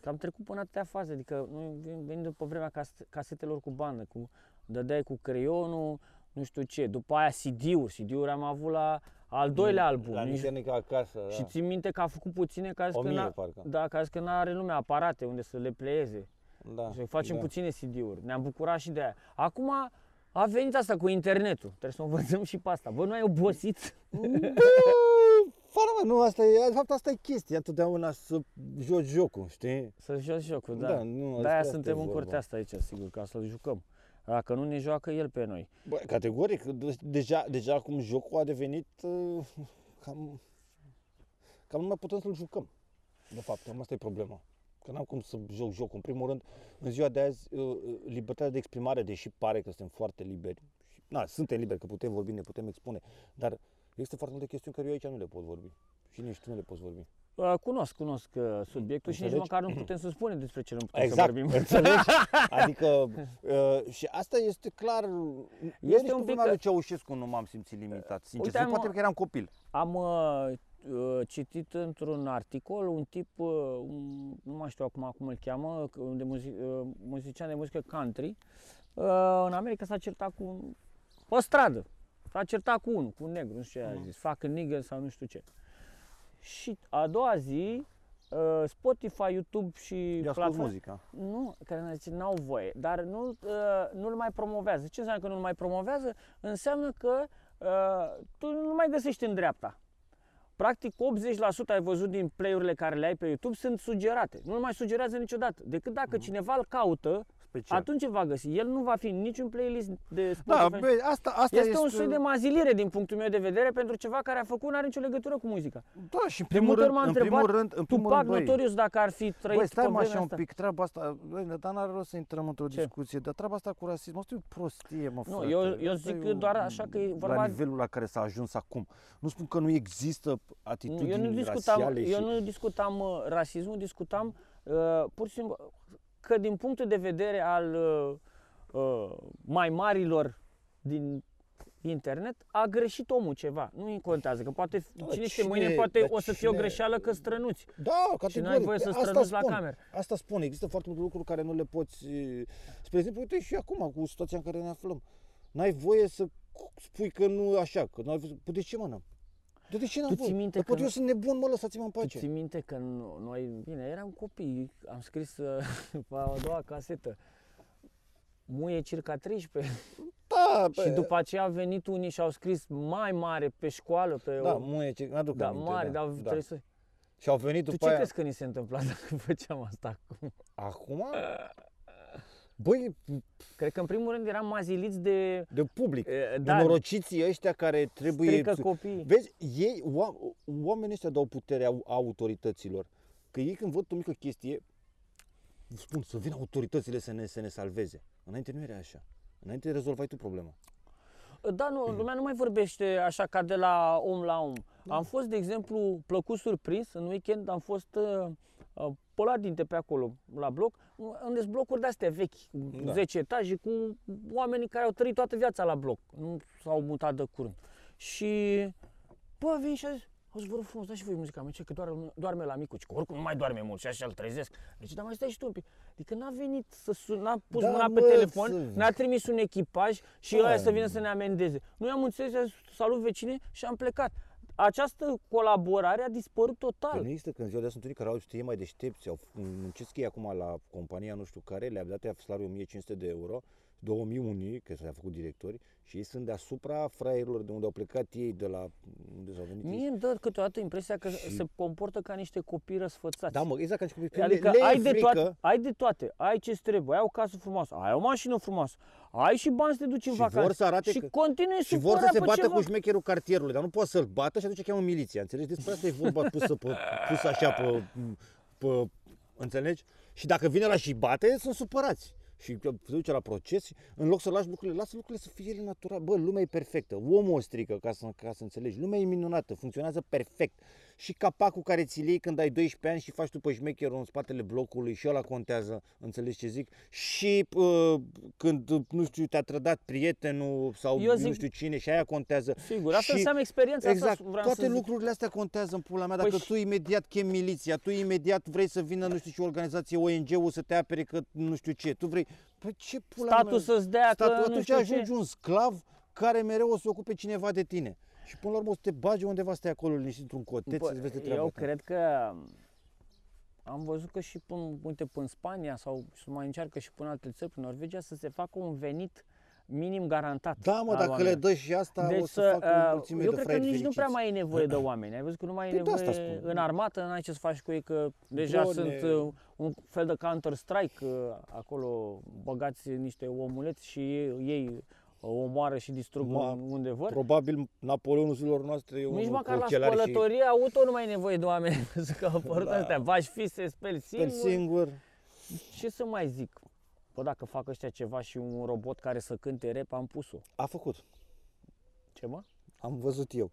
S1: că am trecut până atâtea faze, adică noi ven- venim după vremea cas- casetelor cu bandă, cu dădeai cu creionul, nu știu ce, după aia CD-uri, CD-uri am avut la al doilea album.
S3: Mm, La
S1: nici-
S3: nici acasă, da.
S1: și țin minte că a făcut puține ca zis
S3: O
S1: că
S3: mie,
S1: n-a-
S3: parcă.
S1: da, ca zis că n-are lumea aparate unde să le pleieze.
S3: da.
S1: Să facem
S3: da.
S1: puține CD-uri. Ne-am bucurat și de aia. Acum a venit asta cu internetul. Trebuie să învățăm și pe asta. Bă, nu ai obosit?
S3: Bă, Fără, mă, nu, asta e, de fapt asta e chestia, întotdeauna să joci jocul, știi?
S1: Să joci jocul, da.
S3: Da, nu,
S1: de
S3: despre
S1: aia
S3: asta
S1: suntem
S3: e
S1: în
S3: vorba.
S1: curtea asta aici, sigur, ca să-l jucăm. Dacă nu ne joacă el pe noi.
S3: Bă, categoric, de- deja, deja acum jocul a devenit uh, cam, cam nu mai putem să-l jucăm. De fapt, cam asta e problema. Că n-am cum să joc jocul. În primul rând, în ziua de azi, uh, uh, libertatea de exprimare, deși pare că suntem foarte liberi, și, na, suntem liberi, că putem vorbi, ne putem expune, dar există foarte multe chestiuni care eu aici nu le pot vorbi. Și nici tu nu le poți vorbi.
S1: Uh, Cunosc, cunosc uh, subiectul și nici
S3: Înțelegi?
S1: măcar nu putem să spunem despre ce nu putem
S3: Exact,
S1: să vorbim.
S3: înțelegi? Adică, uh, și asta este clar,
S1: Este
S3: este
S1: un
S3: un
S1: pic
S3: pic lui
S1: că-
S3: Ceaușescu nu m-am simțit limitat, sincer,
S1: Uite,
S3: Uite,
S1: am-
S3: poate că eram copil.
S1: Am uh, uh, citit într-un articol un tip, uh, un- nu mai știu acum cum îl cheamă, c- de muzi- uh, muzician de muzică country, uh, în America s-a certat cu un, pe stradă, s-a certat cu unul, cu un negru, nu știu ce a zis, fac nigger sau nu știu ce. Și a doua zi, uh, Spotify, YouTube și
S3: Eu ascult muzica.
S1: nu, care ne zice, n-au voie, dar nu, uh, nu-l mai promovează. Ce înseamnă că nu-l mai promovează? Înseamnă că uh, tu nu mai găsești în dreapta. Practic 80% ai văzut din play-urile care le ai pe YouTube sunt sugerate. Nu-l mai sugerează niciodată. Decât
S3: Mhm.
S1: dacă cineva îl caută,
S3: Special.
S1: atunci va găsi. El nu va fi în niciun playlist de
S3: Da,
S1: Spotify.
S3: băi, asta, asta
S1: este, un soi de mazilire din punctul meu de vedere pentru ceva care a făcut, nu are nicio legătură cu muzica.
S3: Da, și în
S1: De
S3: primul
S1: multe ori
S3: rând,
S1: m-a
S3: în
S1: întrebat
S3: primul rând, în primul
S1: Tupac
S3: rând, băi,
S1: Notorious dacă ar fi trăit
S3: Băi, stai
S1: pe
S3: mă
S1: vremea
S3: așa un
S1: asta.
S3: pic, treaba asta, băi, dar n-are rost să intrăm într-o discuție, dar treaba asta cu rasism, asta e o prostie, mă,
S1: Nu,
S3: frate.
S1: eu-
S3: Asta
S1: eu
S3: e
S1: zic
S3: o-
S1: doar așa că e
S3: La
S1: vorba-
S3: nivelul la care s-a ajuns acum. Nu spun că nu există
S1: Nu, Eu
S3: atitudini
S1: nu discutam,
S3: rasiale
S1: eu
S3: și...
S1: nu discutam uh, rasismul, discutam uh, pur și simplu că din punctul de vedere al uh, uh, mai marilor din internet a greșit omul ceva. Nu contează, că poate da, cine știe
S3: cine-
S1: mâine poate
S3: dar
S1: o să fie o
S3: cine-
S1: greșeală că strănuți.
S3: Da, categoric.
S1: n-ai voie să
S3: Asta
S1: strănuți la
S3: spun.
S1: cameră.
S3: Asta spun, există foarte multe lucruri care nu le poți... e, Spre exemplu, uite și acum cu situația în care ne aflăm. N-ai voie să spui că nu așa, că n-ai voie să... Păi de ce mă, n-am? De, de ce n-am
S1: Tu
S3: voie?
S1: ții minte
S3: Dar
S1: că
S3: pot
S1: nu-
S3: eu sunt nebun, mă, lăsați-mă în
S1: Tu
S3: pace.
S1: ții minte că nu- noi, bine, eram copii, am scris uh, pe a doua casetă, Muie circa 13.
S3: Da, Da,
S1: Și după aceea au venit unii și au scris mai mare pe școală, pe
S3: da,
S1: o...
S3: muiece, n-aduc
S1: da,
S3: aminte,
S1: mare,
S3: da,
S1: dar
S3: da.
S1: trebuie să...
S3: Și au venit
S1: Tu
S3: după
S1: ce
S3: aia.
S1: crezi că ni se întâmpla dacă făceam asta acum?
S3: Acum? Băi,
S1: Cred că în primul rând eram maziliți de...
S3: de public.
S1: e,
S3: Da.
S1: Da,
S3: Norociții ăștia care trebuie...
S1: strică copiii.
S3: Vezi, ei, oa- oamenii ăștia dau puterea au- autorităților. Că ei când văd o mică chestie, spun să vină autoritățile să ne, să ne salveze. Înainte nu era așa. Înainte rezolvai tu problema.
S1: Da, nu, lumea nu mai vorbește așa ca de la om la om. Am fost, de exemplu, plăcut surprins, în weekend am fost uh, uh, pe la dinte pe acolo, la bloc, unde sunt blocuri de-astea vechi, da. 10 etaje, cu oamenii care au trăit toată viața la bloc, nu s-au mutat de curând. Și, bă, vin și zic, auzi, vă rog frumos, dați și voi muzica mea, ce, că doarme, doarme la micuci, că oricum nu mai doarme mult și așa îl trezesc. Deci, dar mai stai și tu un pic. Adică n-a venit să sun, n-a pus
S3: Da,
S1: da, mâna
S3: mă,
S1: pe telefon,
S3: să-
S1: n-a trimis un echipaj și
S3: Da.
S1: ăia să vină să ne amendeze. Noi am înțeles, i-am zis, salut vecine și am plecat. Această colaborare a dispărut
S3: Că nu
S1: total.
S3: există, că în ziua de azi sunt unii care au știe mai deștepți, au muncesc ei acum la compania nu știu care, le-a dat ea salariul 1500 de euro, 2000 unii, că s-a făcut directori, și ei sunt deasupra fraierilor de unde au plecat ei, de la unde s-au venit
S1: Mie
S3: ei.
S1: îmi dă câteodată impresia că se comportă ca niște copii răsfățați.
S3: Da, mă, exact ca și copii.
S1: Adică
S3: le, le e
S1: ai, de
S3: frică.
S1: toate, ai de toate, ai ce trebuie, ai o casă frumoasă, ai o mașină frumoasă, ai și bani să te duci în
S3: Și
S1: vacanță.
S3: vor să arate
S1: și
S3: că-
S1: continui
S3: Și vor să
S1: supărat
S3: se
S1: pe
S3: bată
S1: ceva.
S3: cu șmecherul cartierului, dar nu poate să-l bată și atunci cheamă miliția, înțelegi? Despre asta e vorba pusă, pe, pusă așa pe, pe, înțelegi? Și dacă vine la și bate, sunt supărați. Și că se duce la proces, și în loc să lași lucrurile, lasă lucrurile să fie ele natural. Bă, lumea e perfectă, omul o strică, ca să, ca să înțelegi. Lumea e minunată, funcționează perfect. Și capacul care ți-l iei când ai 12 ani și faci tu pe șmecherul în spatele blocului și ăla contează, înțelegi ce zic? Și uh, când, nu știu, te-a trădat prietenul sau
S1: Eu
S3: Eu
S1: zic-
S3: nu știu cine și aia contează.
S1: Sigur, asta
S3: și,
S1: înseamnă experiența asta
S3: Exact,
S1: vreau
S3: toate
S1: să zic.
S3: lucrurile astea contează în pula mea. Dacă
S1: Păi și-
S3: tu imediat chem miliția, tu imediat vrei să vină, nu știu ce organizație, ONG-ul să te apere că nu știu ce, tu vrei... Păi ce pula
S1: Statul
S3: mea?
S1: să-ți dea că
S3: Statul,
S1: nu
S3: atunci
S1: știu ce.
S3: ajungi un sclav care mereu o să ocupe cineva de tine. Și până la urmă o să te bage undeva să te acolo liniștit într-un coteț
S1: Bă,
S3: să-ți vezi de treaba
S1: Eu
S3: ta.
S1: cred că am văzut că și până, uite, până în Spania sau să mai încearcă și până în alte țări, până în Norvegia, să se facă un venit minim garantat.
S3: Da, mă,
S1: al
S3: dacă le
S1: oamenilor.
S3: dă și asta,
S1: deci,
S3: o să
S1: să,
S3: facă o
S1: uh,
S3: mulțime
S1: eu
S3: de
S1: cred că nici
S3: fraieri
S1: nu prea
S3: fericiți.
S1: mai e nevoie de oameni. Ai văzut că nu mai e
S3: Păi de asta
S1: nevoie
S3: spun.
S1: în armată, n-ai ce să faci cu ei, că deja
S3: Drone.
S1: sunt uh, un fel de Counter-Strike uh, acolo, băgați niște omuleți și ei uh, omoară și distrug
S3: Ma-
S1: unde vor.
S3: Probabil Napoleonul zilor noastre e
S1: Nici
S3: unul cu
S1: măcar la
S3: ochelari și
S1: spălătorie auto nu mai e nevoie de oameni, pentru că au apărut astea. Vași fi se speli
S3: pe
S1: singur.
S3: singur.
S1: Ce să mai zic? Bă, dacă fac ăștia ceva și un robot care să cânte rap, am pus-o.
S3: A făcut,
S1: Ce mă?
S3: am văzut eu.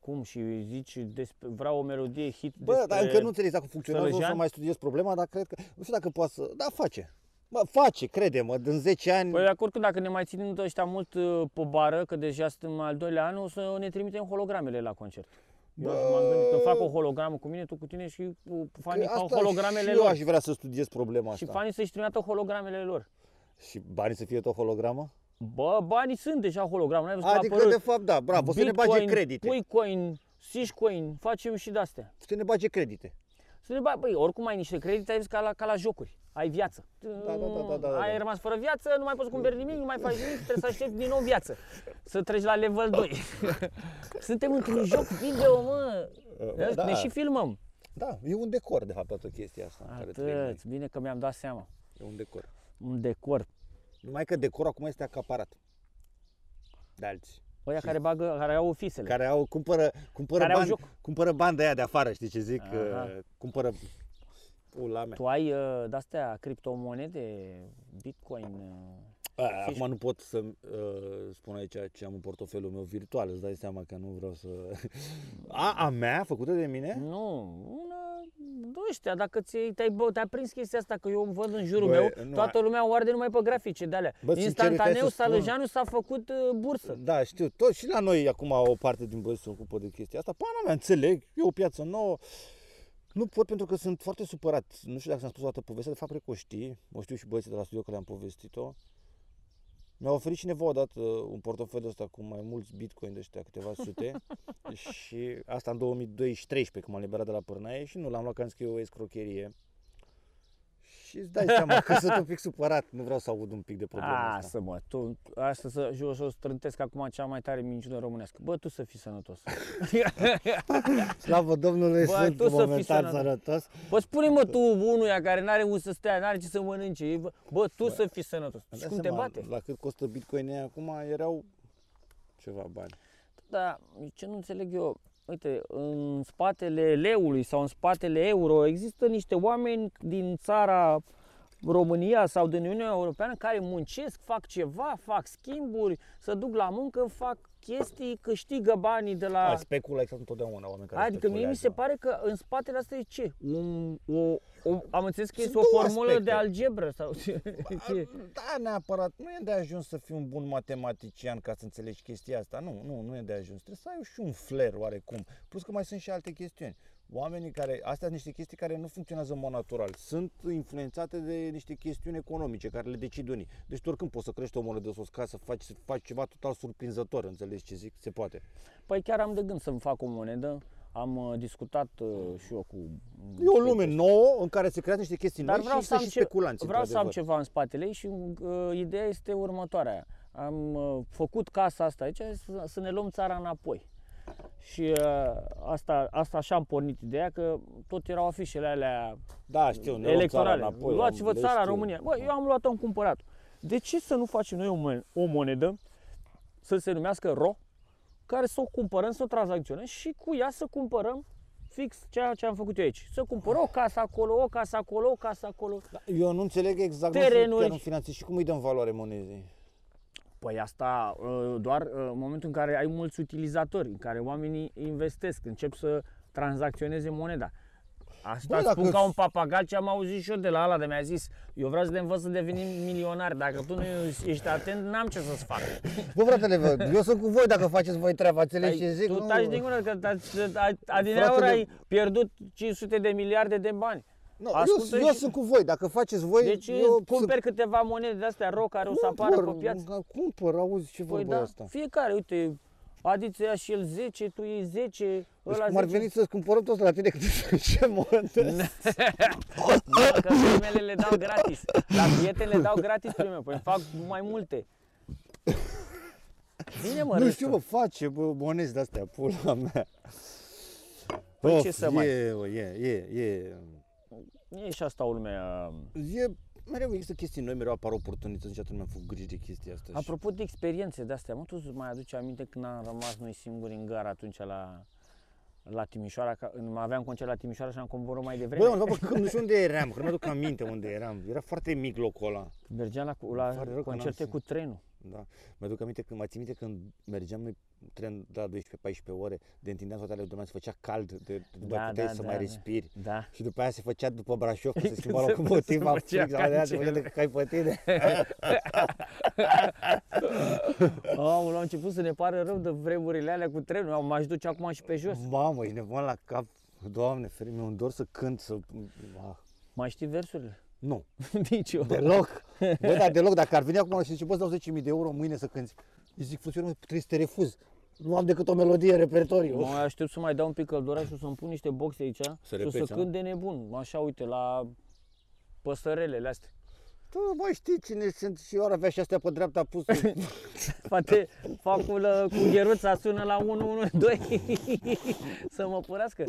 S1: Cum? Și zici, despre, vreau o melodie hit
S3: Bă,
S1: despre...
S3: dar încă nu înțeleg dacă funcționează, o să
S1: Sălăjean?
S3: mai studiez problema, dar cred că, nu știu dacă poate să, da, face. Bă, face, crede-mă, în 10 ani,
S1: Păi de acord că dacă ne mai ținem de ăștia mult uh, pe bară, că deja suntem al doilea an, o să ne trimitem hologramele la concert. Eu așa m-am gândit, când fac o hologramă cu mine, tu cu tine și cu fanii
S3: că
S1: fac
S3: asta și
S1: hologramele
S3: eu
S1: lor.
S3: aș vrea să studiez problema
S1: Și
S3: asta.
S1: fanii să-și trimită hologramele lor.
S3: Și banii să fie tot hologramă?
S1: Bă, banii sunt deja hologramă, n-ai văzut că a
S3: Adică,
S1: apărut.
S3: de fapt, da, bravo, să ne bage credite.
S1: Bitcoin, Sishcoin, facem și de-astea.
S3: Să ne bage credite.
S1: Să ne bagi, băi, oricum ai niște credite, ai zis ca la, ca la jocuri, ai viață.
S3: da, da, da, da, da.
S1: Ai rămas fără viață, nu mai poți să cumperi nimic, nu mai faci nimic, trebuie să aștepți din nou viață. Să treci la level 2. Suntem într-un joc video, mă.
S3: da.
S1: Ne și filmăm.
S3: Da, e un decor, de fapt, toată chestia asta. în Care trăim noi.
S1: Atât, bine că mi-am dat seama.
S3: e un decor.
S1: Un decor.
S3: Numai că decorul acum este acaparat. De alții.
S1: Oia care bagă, care au ofisele.
S3: Care au, cumpără, cumpără,
S1: Care au
S3: bani,
S1: joc.
S3: cumpără bani de aia de afară, știi ce zic?
S1: Aha.
S3: Uh, Cumpără pula mea.
S1: Tu ai uh, de-astea criptomonede, bitcoin, uh,
S3: A, acum nu pot să uh, spun aici ce am în portofelul meu virtual, îți dai seama că nu vreau să... A, a mea, făcută de mine?
S1: Nu, una, de ăștia, dacă ți-ai, te-ai, bă, te-ai prins chestia asta, că eu văd în jurul
S3: Bă,
S1: meu,
S3: nu,
S1: toată lumea o arde numai pe grafice de alea.
S3: Bă, sincer,
S1: Instantaneu,
S3: trebuie să spun-
S1: Salăjanu s-a făcut uh, bursă.
S3: Da, știu, tot și la noi acum o parte din băieți se ocupă de chestia asta. Pana mea, înțeleg, e o piață nouă. Nu pot pentru că sunt foarte supărat. Nu știu dacă ți-am spus o dată povestea, de fapt cred că o știi. O știu și băieții de la studio că le-am povestit-o. Mi-a oferit cineva odată un portofel ăsta cu mai mulți bitcoin de ăștia, câteva sute și asta în 2012 când m-am liberat de la Pârnaie și nu l-am luat că am zis că e o escrocherie. Și îți dai seama că sunt un pic supărat, nu vreau să aud un pic de problema asta.
S1: Asta, mă, tu, asta să, eu o să o strântesc acum cea mai tare minciună românească. Bă, tu să fii sănătos.
S3: Slavă Domnului,
S1: Bă,
S3: sunt
S1: tu să fii
S3: momentan
S1: sănătos.
S3: sănătos.
S1: Bă, spune-mă tu unuia care n-are unde să stea, n-are ce să mănânce. ei, Bă, bă tu să fii sănătos.
S3: Îmi
S1: Și
S3: dai
S1: cum te
S3: seama,
S1: bate?
S3: La cât costă bitcoin acum, erau ceva bani.
S1: Da, ce nu înțeleg eu, uite, în spatele leului sau în spatele euro există niște oameni din țara România sau din Uniunea Europeană care muncesc, fac ceva, fac schimburi, se duc la muncă, fac chestii, câștigă banii de la...
S3: A, specula exact întotdeauna oameni care
S1: Da. Adică mie mi se
S3: speculează.
S1: pare că în spatele asta e ce? Un, o, o, am înțeles că
S3: Sunt
S1: este o
S3: două
S1: formulă de
S3: aspecte.
S1: algebră sau ce? ce?
S3: A, Da, neapărat. Nu e de ajuns să fii un bun matematician ca să înțelegi chestia asta. Nu, nu, nu e de ajuns. Trebuie să ai și un flair oarecum. Plus că mai sunt și alte chestiuni. Oamenii care, astea sunt niște chestii care nu funcționează în mod natural. Sunt influențate de niște chestiuni economice care le decid unii. Deci tu oricând poți să crești o monedă sus ca să faci, să faci ceva total surprinzător, înțelegi ce zic? Se poate.
S1: Păi chiar am de gând să-mi fac o monedă. Am uh, discutat uh, și eu cu...
S3: E o lume nouă în care se creează niște chestii
S1: Dar
S3: noi
S1: vreau
S3: și
S1: să am,
S3: sunt și
S1: ce-
S3: speculanți.
S1: vreau să am
S3: într-adevăr.
S1: ceva în spatele ei și uh, ideea este următoarea. Am uh, făcut casa asta aici, hai să, să ne luăm țara înapoi. Și uh, asta, asta așa am pornit ideea că tot erau afișele alea
S3: Da, știu, ne luăm țara
S1: electorale.
S3: înapoi.
S1: Luați-vă
S3: le
S1: țara
S3: știu.
S1: România. Bă, eu am luat-o în cumpărat. De ce să nu facem noi o, mon- o monedă să se numească RO, care să o cumpărăm, să o tranzacționăm și cu ea să cumpărăm fix ceea ce am făcut eu aici. Să cumpăr o casă acolo, o casă acolo, o casă acolo.
S3: Da, Eu nu înțeleg exact
S1: Terenuri.
S3: terenuri. chiar în finanțe și cum îi dăm valoare monezei.
S1: Păi asta uh, doar uh, în momentul în care ai mulți utilizatori, în care oamenii investesc, încep să tranzacționeze moneda. Asta
S3: Bă,
S1: Bă,
S3: dacă
S1: spun ca
S3: s-
S1: un papagal ce am auzit și eu de la ala de mi-a zis Eu vreau să te învăț să devenim milionar, dacă tu nu ești atent, n-am ce să-ți fac
S3: Bă, fratele, vă, eu sunt cu voi dacă faceți voi treaba, înțelegi ce Deci zic?
S1: Păi, Tu
S3: Nu,
S1: taci din gură că taci- ai- adineauri ai pierdut 500 de miliarde de bani
S3: nu,
S1: Ascultă
S3: eu, eu
S1: și-
S3: sunt cu voi, dacă faceți voi,
S1: Deci
S3: eu
S1: cumperi câteva monede de astea ro care o să apară pe piață
S3: Cumpăr, auzi ce
S1: Păi
S3: vorba
S1: da,
S3: asta.
S1: fiecare, uite, Adiță ia și el 10, tu iei 10,
S3: Deci
S1: ăla
S3: cum ar
S1: 10.
S3: veni să-ți cumpărăm toți la tine cât ce monte.
S1: Da, că primele le dau gratis. La prieteni le dau gratis primele, păi îmi fac mai multe. Bine mă,
S3: Nu
S1: restul.
S3: știu, bă, face, bă, monezi de-astea, pula mea.
S1: Păi ce să
S3: e,
S1: mai-
S3: E, e, e,
S1: E și asta o lume. uh,
S3: e, mereu există chestii noi, mereu apar oportunități și atunci mi-am făcut griji de chestia asta. și-
S1: Apropo de experiențe de astea, mă, tu îți mai aduce aminte când am rămas noi singuri în gara atunci la, la Timișoara, că mă aveam concert la Timișoara și am coborât mai devreme.
S3: Bă, undeva pe câmp, nu știu unde eram, că nu mi-aduc aminte unde eram. Era foarte mic locul ăla.
S1: Mergeam la, cu-
S3: Îmi pare rău că
S1: la
S3: n-am
S1: concerte
S3: simțit.
S1: cu trenul.
S3: Da. Mi-aduc aminte când, mai țin minte când mergeam noi tren la 12-14 ore, de întindeam toate alea domnule, se făcea cald, de, de după
S1: Da,
S3: da, puteai
S1: da,
S3: să
S1: da,
S3: mai
S1: da.
S3: respiri.
S1: Da.
S3: Și după aia se făcea după Brașov, când se schimba
S1: se-
S3: locomotiva,
S1: se făcea
S3: fix, la aia se făcea
S1: cancel.
S3: de cai pe tine.
S1: Aoleu, am început să ne pară rău de vremurile alea cu trenul, am aș duce acum și pe jos.
S3: Mamă, e nebun la cap. Doamne, ferim, mi-e dor să cânt, să... Ah.
S1: Mai știi versurile?
S3: Nu,
S1: Nici eu.
S3: deloc. Bă, dar deloc, dacă ar veni acum și zice, bă, îți dau 10.000 de euro mâine să cânti. Îi zic, frățioare, mă, trebuie să te refuz. Nu am decât o melodie în repertoriu.
S1: Mă mai aștept să mai dau un pic căldura și o să-mi pun niște boxe aici și o să
S3: repeți, a?
S1: cânt de nebun. Așa, uite, la păsărelele astea.
S3: Tu mai știi cine sunt și eu ar avea și astea pe dreapta pus.
S1: Poate facul uh, cu gheruța sună la 112 să mă purească.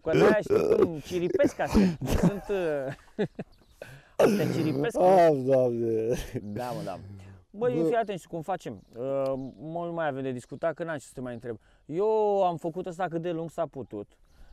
S1: Cu aia știi cum ciripesc astea. Sunt... uh, astea ciripesc.
S3: Ah, doamne.
S1: Da, mă, da. Băi, Bă. fii atent și cum facem. Uh, mult mai avem de discutat, că n-am ce să te mai întreb. Eu am făcut asta cât de lung s-a putut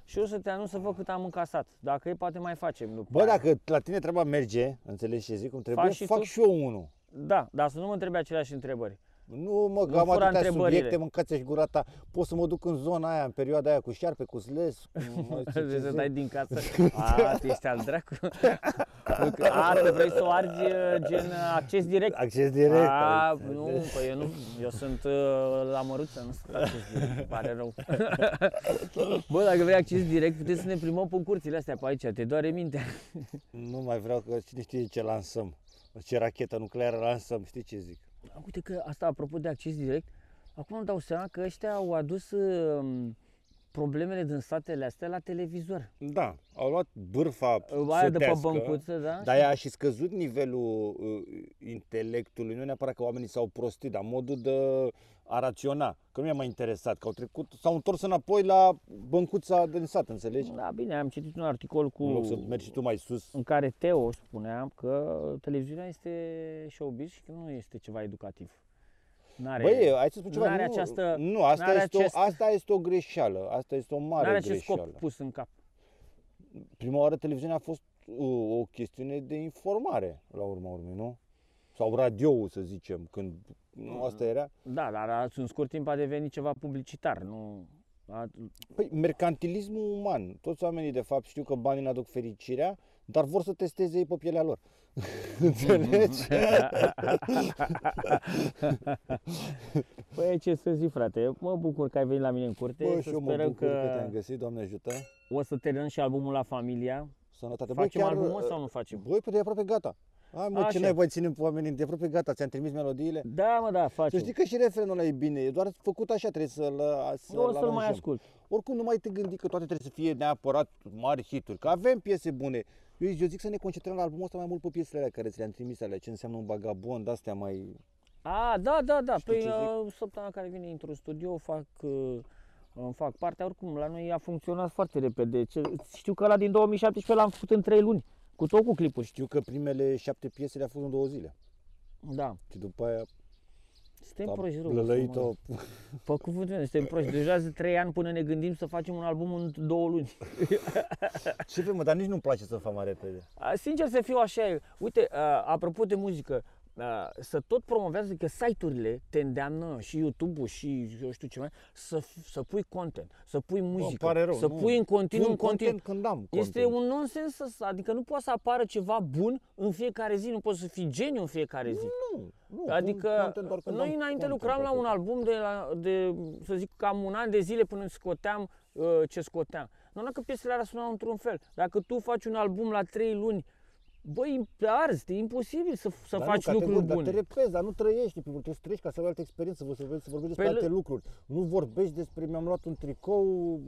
S1: și o să te anunț să văd cât am încasat. Dacă e, poate mai facem. După
S3: Bă,
S1: aia.
S3: dacă la tine treaba merge, înțelegi ce zic, cum trebuie,
S1: Faci și
S3: fac
S1: tu?
S3: și eu unul.
S1: Da, dar să nu mă întrebe aceleași întrebări.
S3: Nu mă, că
S1: Nu
S3: am
S1: fura
S3: atâtea
S1: întrebările.
S3: subiecte, mâncați și gura ta. Pot să mă duc în zona aia, în perioada aia cu șarpe, cu sles, cu mă, știu ce
S1: Vrei să
S3: zic.
S1: dai din casă? A, tu ești al dracu. A, tu vrei să o argi uh, gen uh, acces direct?
S3: Acces direct.
S1: A,
S3: aici.
S1: nu, păi eu nu, eu sunt uh, la măruță, nu sunt acces direct, îmi pare rău. Bă, dacă vrei acces direct, puteți să ne primăm pe curțile astea pe aici, te doare mintea.
S3: Nu mai vreau că cine știe ce lansăm. Ce rachetă nucleară lansăm, știi ce zic?
S1: Acum, Uite că asta, apropo de acces direct, acum îmi dau seama că ăștia au adus um, problemele din statele astea la televizor.
S3: Da, au luat bârfa
S1: Aia de pe
S3: sătească,
S1: băncuță, da?
S3: Dar ea a și scăzut nivelul uh, intelectului, nu neapărat că oamenii s-au prostit, dar modul de a raționa, că nu mi-a mai interesat, că au trecut, s-au întors înapoi la băncuța din sat, înțelegi?
S1: Da, bine, am citit un articol cu...
S3: În loc să mergi și tu mai sus,
S1: în care Teo spunea că televiziunea este showbiz și că nu este ceva educativ. N-are,
S3: Băi, hai să spun ceva.
S1: n-are
S3: nu,
S1: această-
S3: nu asta,
S1: n-are
S3: este
S1: acest-
S3: o, asta este o greșeală. Asta este o mare
S1: n-are acest
S3: greșeală.
S1: scop pus în cap.
S3: Prima oară televiziunea a fost uh, o chestiune de informare, la urma urmei, nu? Sau radio să zicem, când nu, asta era.
S1: Da, dar a- în scurt timp a devenit ceva publicitar, nu... A,
S3: Păi, mercantilismul uman. Toți oamenii, de fapt, știu că banii ne aduc fericirea, dar vor să testeze ei pe pielea lor. Înțelegi?
S1: păi ce să zic, frate, mă bucur că ai venit la mine în curte,
S3: Bă,
S1: să
S3: și eu mă
S1: sperăm
S3: bucur că...
S1: că,
S3: te-am găsit, Doamne ajută.
S1: o să terminăm și albumul la familia.
S3: Sănătate. Bă,
S1: Facem
S3: chiar,
S1: albumul
S3: uh,
S1: sau nu facem?
S3: Băi, păi, de aproape gata. Hai, mă,
S1: Așa.
S3: ce mai ținem pe oamenii? De aproape gata, ți-am trimis melodiile.
S1: Da, mă, da,
S3: Să
S1: facem.
S3: știi că și refrenul ăla e bine, e doar făcut așa, trebuie să-l să
S1: Eu o să-l mai ascult.
S3: Oricum nu mai te gândi că toate trebuie să fie neapărat mari hituri, că avem piese bune. Eu, eu zic să ne concentrăm la albumul ăsta mai mult pe piesele alea care ți le-am trimis alea, ce înseamnă un vagabond, astea mai...
S1: A, da, da, da.
S3: Știi
S1: Păi
S3: ce zic?
S1: uh, săptămâna care vine într-un studio, fac, uh, îmi fac partea. Oricum, la noi a funcționat foarte repede. Ce, știu că la din 2017 l-am făcut în 3 luni. Cu tot cu clipuri.
S3: Păi Știu că primele șapte piese le-a fost în două zile.
S1: Da.
S3: Și după aia
S1: Suntem
S3: a
S1: proști rău.
S3: lălăit-o.
S1: Pe cuvântul meu, suntem proști. Deja de 3 ani până ne gândim să facem un album în 2 luni.
S3: Ce vrei, mă, dar nici nu-mi place să fac mai repede.
S1: A, Sincer să fiu așa, e. uite, a, apropo de muzică, a, să tot promovează că site-urile te îndeamnă și YouTube-ul și eu știu ce mai, să, f- să pui content, să pui
S3: Îmi
S1: muzică,
S3: pare rău,
S1: să
S3: nu.
S1: pui în continuu,
S3: Pun
S1: în continuu.
S3: content când am
S1: Este
S3: content.
S1: un nonsens, să- adică nu poate să apară ceva bun în fiecare zi, nu poți să fii geniu în fiecare zi.
S3: Nu, nu, pun
S1: Adică
S3: content doar când
S1: noi
S3: am
S1: înainte
S3: content
S1: lucram la
S3: acolo.
S1: un album de, la, de, să zic, cam un an de zile până îți scoteam uh, ce scoteam. Nu că piesele alea sunau într-un fel. Dacă tu faci un album la 3 luni, băi, te arzi, e imposibil să, să
S3: Dar
S1: faci
S3: nu,
S1: lucruri
S3: categoric,
S1: bune.
S3: Dar te repezi, dar nu trăiești, în primul rând, trebuie să trăiești ca să ai o altă experiență, să vorbești, să vorbești despre
S1: Păi,
S3: alte
S1: le-
S3: lucruri. Nu vorbești despre mi-am luat un tricou,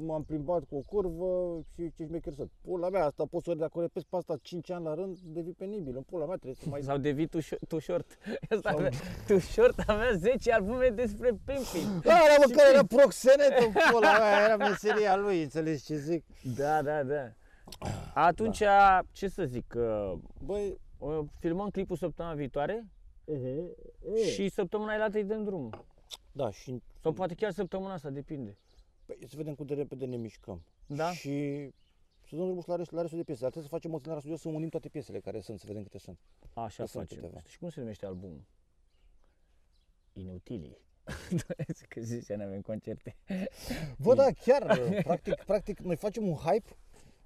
S3: m-am plimbat cu o curvă și ce șmecher sunt. Pula mea, asta poți să ori dacă o repezi pe asta 5 ani la rând, devii penibil. În pula mea trebuie să mai...
S1: Sau devii tu, șo- tu short. Asta avea, tu short avea 10 albume despre pimping.
S3: Aia, mă, care era proxenet în pula mea, era meseria lui, înțelegi ce zic?
S1: Da, da, da. Atunci,
S3: Da.
S1: ce să zic, uh,
S3: Băi,
S1: o- filmăm clipul săptămâna viitoare și săptămâna aia îi dăm drumul.
S3: da, și
S1: Sau poate chiar săptămâna asta, depinde.
S3: Păi să vedem cât de repede ne mișcăm.
S1: Da.
S3: Și să dăm drumul la, rest, la restul de piese. Dar trebuie să facem o la studio să unim toate piesele care sunt, să vedem câte sunt.
S1: Așa
S3: Că sunt
S1: facem.
S3: câteva.
S1: Și cum se numește albumul? Inutilii. că zici că nu avem concerte.
S3: Bă, da, chiar, practic, practic, noi facem un hype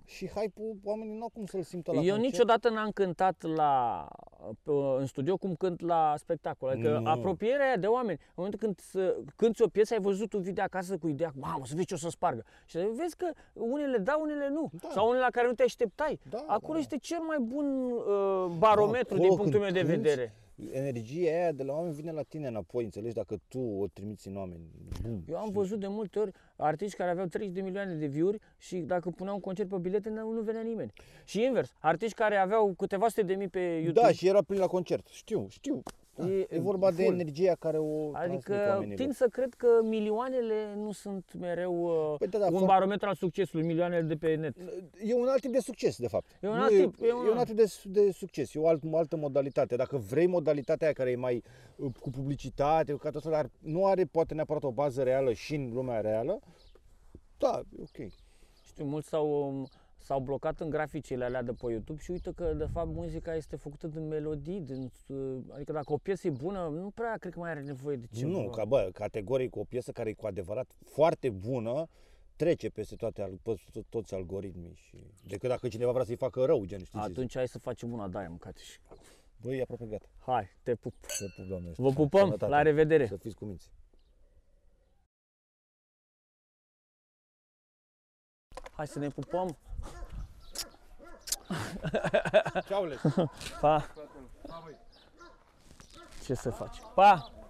S3: și hype-ul oamenii nu au cum să-l simtă la
S1: Eu
S3: concert.
S1: niciodată n-am cântat la, pe- în studio cum cânt la spectacol. Adică
S3: Nu.
S1: apropierea aia de oameni. În momentul când să- cânti o piesă, ai văzut un video acasă cu ideea, mamă, să vezi ce o să spargă. Și vezi că unele da, unele nu.
S3: Da.
S1: Sau unele la care nu te așteptai.
S3: Da,
S1: Acolo
S3: da.
S1: este cel mai bun uh, barometru
S3: Acolo
S1: din punctul
S3: când
S1: meu de
S3: cânti,
S1: vedere.
S3: Energia aia de la oameni vine la tine înapoi, înțelegi? Dacă tu o trimiți în oameni. Bum.
S1: Eu am văzut de multe ori artiști care aveau 30 de milioane de view-uri și dacă puneau un concert pe bilete, nu nu venea nimeni. Și invers, artiști care aveau câteva sute de mii pe YouTube.
S3: Da, și era plin la concert. Știu, știu. Da.
S1: E-
S3: E, vorba de
S1: full.
S3: energia care o transmit
S1: adică
S3: oamenilor.
S1: tind să cred că milioanele nu sunt mereu uh,
S3: Păi da, da,
S1: un
S3: for-
S1: barometru al succesului, milioanele de pe net.
S3: E un alt tip de succes, de fapt.
S1: E un
S3: Nu
S1: alt tip,
S3: e,
S1: e un
S3: e un
S1: alt-
S3: alt tip de, su- de succes, e o alt, o altă modalitate. Dacă vrei modalitatea aia care e mai uh, cu publicitate, cu toată dar nu are poate neapărat o bază reală și în lumea reală, da, e ok.
S1: Știu, mulți s-au, um, s-au blocat în graficele alea de pe YouTube și uite că, de fapt, muzica este făcută din melodii, din, uh, adică dacă o piesă e bună, nu prea cred că mai are nevoie de ceva.
S3: nu, ca, bă, categoric o piesă care e cu adevărat foarte bună, trece peste toate al- peste toți algoritmii și decât dacă cineva vrea să-i facă rău, gen, știi ce zic.
S1: Atunci hai să facem una de aia, mâncateș.
S3: Băi, e aproape gata.
S1: Hai, te pup.
S3: Te pup, doamne.
S1: Vă pupăm,
S3: Sănătate.
S1: la revedere!
S3: Să fiți cu minți.
S1: Hai să ne pupăm!
S3: Ceaule!
S1: Pa! Ce să faci? Pa!